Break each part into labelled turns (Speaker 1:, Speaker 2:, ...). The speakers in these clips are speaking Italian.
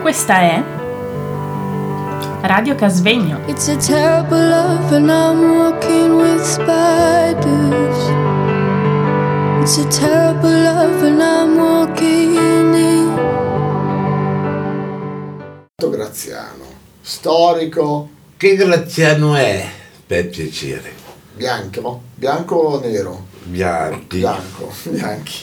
Speaker 1: Questa è Radio Casvegno.
Speaker 2: It's a terrible love, and I'm walking with spiders. It's a terrible love, and I'm walking in.
Speaker 3: Roberto Graziano, storico,
Speaker 4: Che graziano è, per piacere?
Speaker 3: bianco, bianco o nero?
Speaker 4: Bianchi.
Speaker 3: Bianco, bianchi.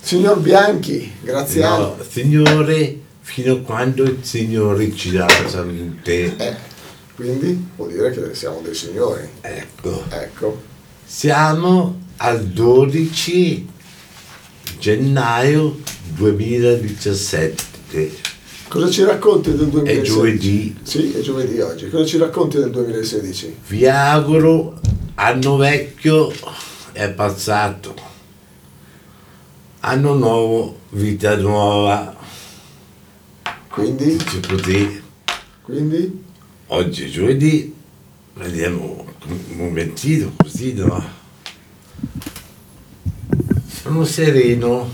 Speaker 3: Signor Bianchi, Graziano.
Speaker 4: No, signore, fino a quando il Signore ci dà la salute.
Speaker 3: Eh, quindi vuol dire che siamo dei signori.
Speaker 4: Ecco,
Speaker 3: Ecco,
Speaker 4: siamo al 12 gennaio 2017.
Speaker 3: cosa ci racconti del 2016?
Speaker 4: È giovedì.
Speaker 3: Sì, è giovedì oggi. Cosa ci racconti del 2016?
Speaker 4: Vi auguro anno vecchio è passato. Anno nuovo, vita nuova.
Speaker 3: Quindi,
Speaker 4: Ci potete
Speaker 3: quindi,
Speaker 4: Oggi è giovedì, vediamo un momentino così, no? Sono sereno.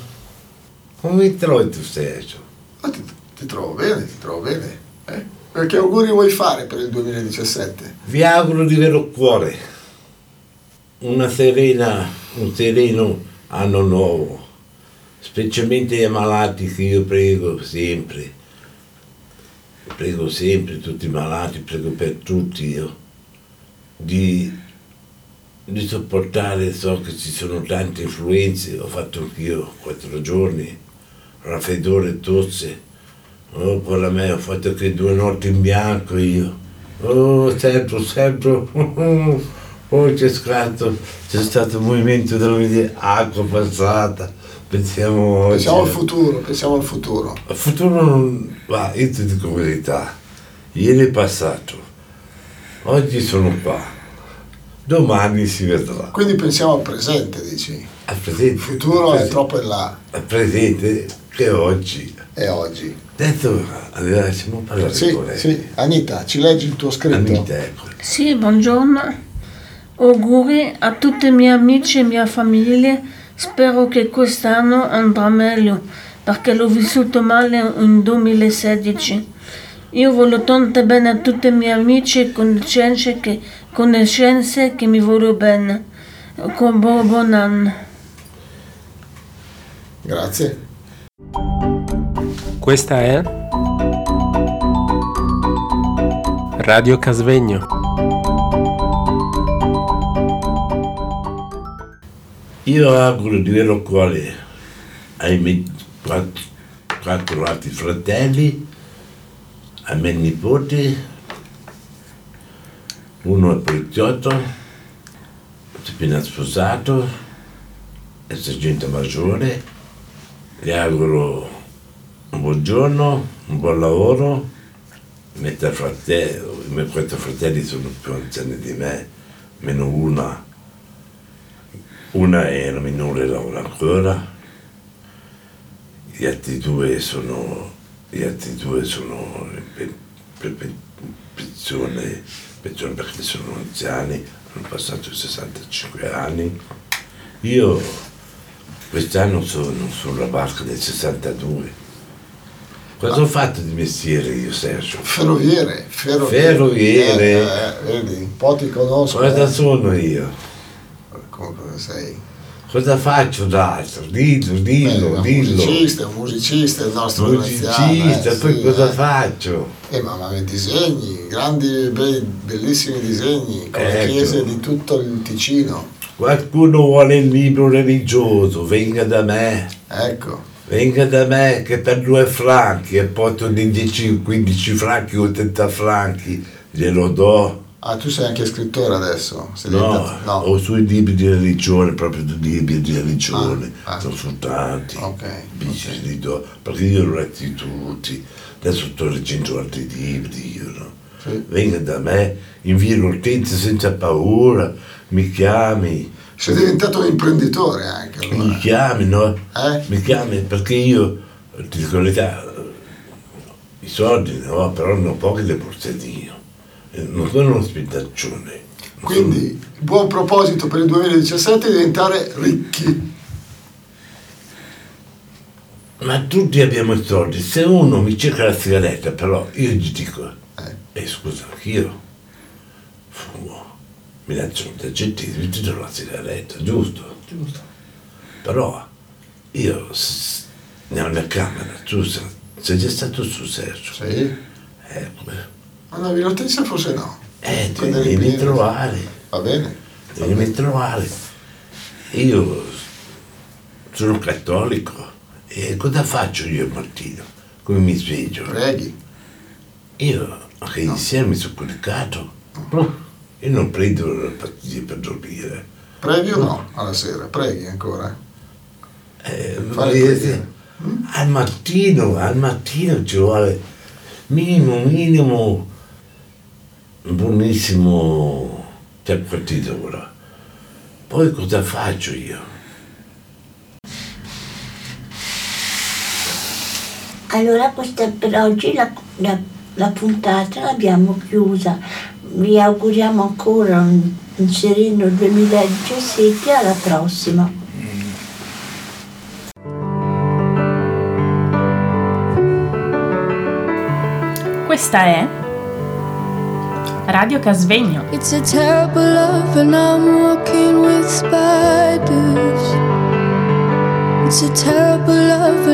Speaker 4: Come trovi tu Sergio?
Speaker 3: ma ti, ti trovo bene, ti trovo bene. Eh? Perché auguri vuoi fare per il 2017?
Speaker 4: Vi auguro di vero cuore una serena, un sereno anno nuovo, specialmente ai malati che io prego sempre. Prego sempre tutti i malati, prego per tutti io, di, di sopportare, so che ci sono tante influenze, ho fatto anch'io quattro giorni, raffreddore, tosse, oh, con la me ho fatto anche due notti in bianco io, oh, sempre, sempre, oh, c'è stato, c'è stato un movimento della mia acqua passata, pensiamo oggi. eh.
Speaker 3: Pensiamo al futuro, pensiamo al futuro.
Speaker 4: Al futuro non... Ma io ti dico la verità, ieri è passato, oggi sono qua, domani si vedrà.
Speaker 3: Quindi pensiamo al presente, dici.
Speaker 4: Al presente,
Speaker 3: Il futuro è troppo in là,
Speaker 4: Al presente che è oggi.
Speaker 3: è oggi.
Speaker 4: Adesso allora, lasciamo parlare
Speaker 3: Sì,
Speaker 4: con lei.
Speaker 3: sì. Anita, ci leggi il tuo scritto?
Speaker 4: Anita, ecco.
Speaker 5: Sì, buongiorno. Auguri a tutti i miei amici e mia famiglia. Spero che quest'anno andrà meglio, perché l'ho vissuto male in 2016. Io voglio tanto bene a tutti i miei amici e conoscenze che, conoscenze che mi voglio bene. Con bu- buon anno.
Speaker 3: Grazie.
Speaker 6: Questa è Radio Casvegno.
Speaker 4: Io auguro di vero cuore ai miei quattro, quattro altri fratelli, ai miei nipoti, uno è poliziotto, si è appena sposato, è sergente maggiore, gli auguro un buon giorno, un buon lavoro, i miei tre frate- i miei quattro fratelli sono più anziani di me, meno una una è la minore lavora ancora, gli altri due sono, gli altri due sono in pe- pe- pe- pensione, pensione perché sono anziani, hanno passato i 65 anni. Io quest'anno sono sulla barca del 62. Cosa ho fatto di mestiere io Sergio?
Speaker 3: Ferroviere, ferroviere.
Speaker 4: Ferroviere.
Speaker 3: Eh, eh, vedi, un po' ti conosco.
Speaker 4: Cosa
Speaker 3: eh.
Speaker 4: sono io?
Speaker 3: Come come sei?
Speaker 4: Cosa faccio d'altro? Dillo, dillo,
Speaker 3: Eh, un
Speaker 4: dillo.
Speaker 3: musicista, un musicista il nostro
Speaker 4: Musicista,
Speaker 3: Graziano, eh,
Speaker 4: poi
Speaker 3: sì,
Speaker 4: cosa
Speaker 3: eh.
Speaker 4: faccio?
Speaker 3: Eh, ma, ma i disegni, grandi, bei- bellissimi disegni, con le
Speaker 4: Ecco.
Speaker 3: chiese di tutto il Ticino.
Speaker 4: Qualcuno vuole il libro religioso, venga da me,
Speaker 3: Ecco,
Speaker 4: venga da me che per due franchi e porto di 10, 15 franchi o 30 franchi, glielo do.
Speaker 3: ah, tu sei anche scrittore adesso? Sei
Speaker 4: No, oh.
Speaker 3: diventato- no.
Speaker 4: ho sui libri di religione, proprio dei libri di religione,
Speaker 3: Ah, ah.
Speaker 4: sono su tanti,
Speaker 3: Ok,
Speaker 4: dici, li do, perché io li ho letti tutti, adesso sto leggendo altri libri, io no.
Speaker 3: Sì.
Speaker 4: Venga da me, invia l'utenza senza paura, mi chiami,
Speaker 3: Sei diventato un imprenditore anche
Speaker 4: mi
Speaker 3: allora.
Speaker 4: chiami, no?
Speaker 3: Eh?
Speaker 4: Mi chiami perché io, ti dico la verità, i soldi ne ho, però ne ho pochi da portadino. Non sono uno spintaccione.
Speaker 3: Quindi, buon proposito per il 2017 è diventare ricchi.
Speaker 4: Ma ma tutti abbiamo i soldi. Se uno mi cerca la sigaretta, però io gli dico, e scusa, anch'io fumo, mi lancio un taccettino, ti do la sigaretta, giusto?
Speaker 3: Giusto.
Speaker 4: Però io s- nella mia camera, tu sa- sei già stato su Sergio.
Speaker 3: Sì.
Speaker 4: Eh, come-
Speaker 3: Ma davi notizia forse no.
Speaker 4: eh, ti
Speaker 3: Prendere
Speaker 4: devi
Speaker 3: il piede.
Speaker 4: trovare.
Speaker 3: Va bene.
Speaker 4: devi trovare. Io sono cattolico e cosa faccio io al mattino? Come mi sveglio?
Speaker 3: Preghi.
Speaker 4: Io anche insieme mi sono coricato. Io non prendo le pastiglie per dormire.
Speaker 3: Preghi o no alla sera? Preghi ancora.
Speaker 4: Eh,
Speaker 3: Fare
Speaker 4: voglio
Speaker 3: preghiera.
Speaker 4: dire, al mattino, al mattino ci vuole minimo, minimo, un buonissimo tre quarti d'ora. Poi cosa faccio io?
Speaker 1: Allora questa per oggi la, la- la puntata l'abbiamo chiusa. Vi auguriamo ancora un, un sereno 2017 alla prossima.
Speaker 7: Questa è Radio Casvegno.
Speaker 2: It's a terrible love, and I'm walking with spiders. It's a terrible love,